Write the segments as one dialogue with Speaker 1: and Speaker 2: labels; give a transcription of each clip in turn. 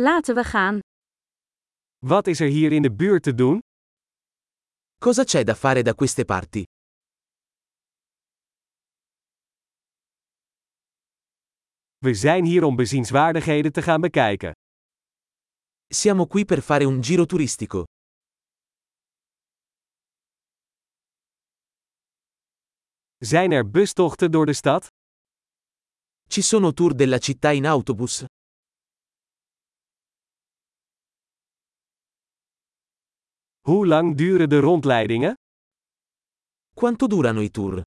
Speaker 1: Laten we gaan.
Speaker 2: Wat is er hier in de buurt te doen?
Speaker 3: Cosa c'è da fare da queste parti?
Speaker 2: We zijn hier om bezienswaardigheden te gaan bekijken.
Speaker 3: Siamo qui per fare un giro turistico.
Speaker 2: Zijn er bustochten door de stad?
Speaker 3: Ci sono tour della città in autobus?
Speaker 2: Hoe lang duren de rondleidingen?
Speaker 3: Quanto durano i tour?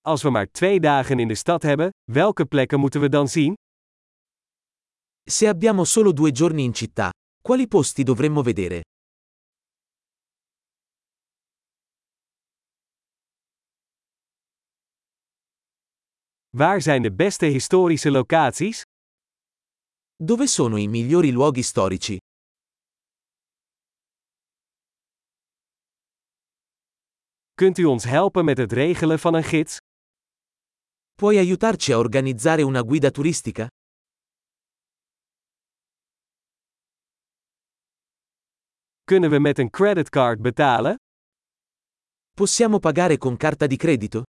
Speaker 2: Als we maar twee dagen in de stad hebben, welke plekken moeten we dan zien?
Speaker 3: Se abbiamo solo due giorni in città, quali posti dovremmo vedere?
Speaker 2: Waar zijn de beste historische locaties?
Speaker 3: Dove sono i migliori luoghi storici?
Speaker 2: Kunt u ons helpen met het regelen van een gids?
Speaker 3: Puoi aiutarci a organizzare una guida turistica?
Speaker 2: Kunnen we met een creditcard betalen?
Speaker 3: Possiamo pagare con carta di credito?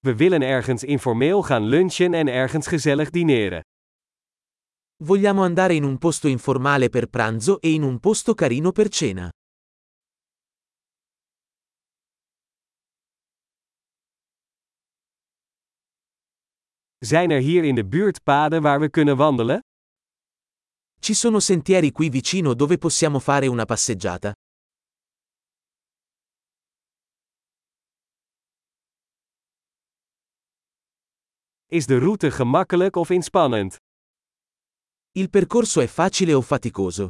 Speaker 2: We willen ergens informeel gaan lunchen en ergens gezellig dineren.
Speaker 3: Vogliamo andare in un posto informale per pranzo e in un posto carino per cena.
Speaker 2: Zijn er hier in de buurt paden waar we kunnen wandelen?
Speaker 3: Ci sono sentieri qui vicino dove possiamo fare una passeggiata.
Speaker 2: Is de route gemakkelijk of inspannend?
Speaker 3: Il percorso è facile o faticoso?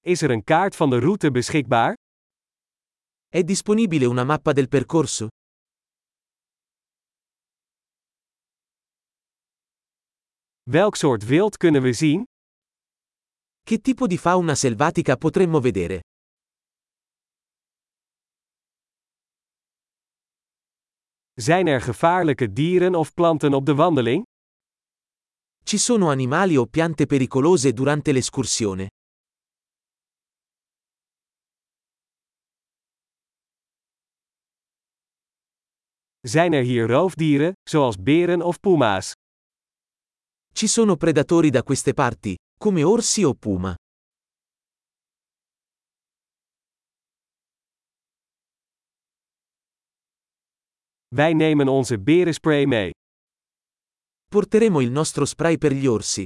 Speaker 2: Is er een kaart van de route beschikbaar?
Speaker 3: È disponibile una mappa del percorso?
Speaker 2: Welk soort wild kunnen we zien?
Speaker 3: Che tipo di fauna selvatica potremmo vedere?
Speaker 2: Zijn er gevaarlijke dieren of planten op de wandeling?
Speaker 3: Ci sono animali o piante pericolose durante l'escursione?
Speaker 2: Zijn er hier roofdieren, zoals beren of puma's?
Speaker 3: Ci sono predatori da queste parti, come orsi o puma.
Speaker 2: Wij nemen onze berenspray mee.
Speaker 3: Porteremo il nostro spray per gli orsi.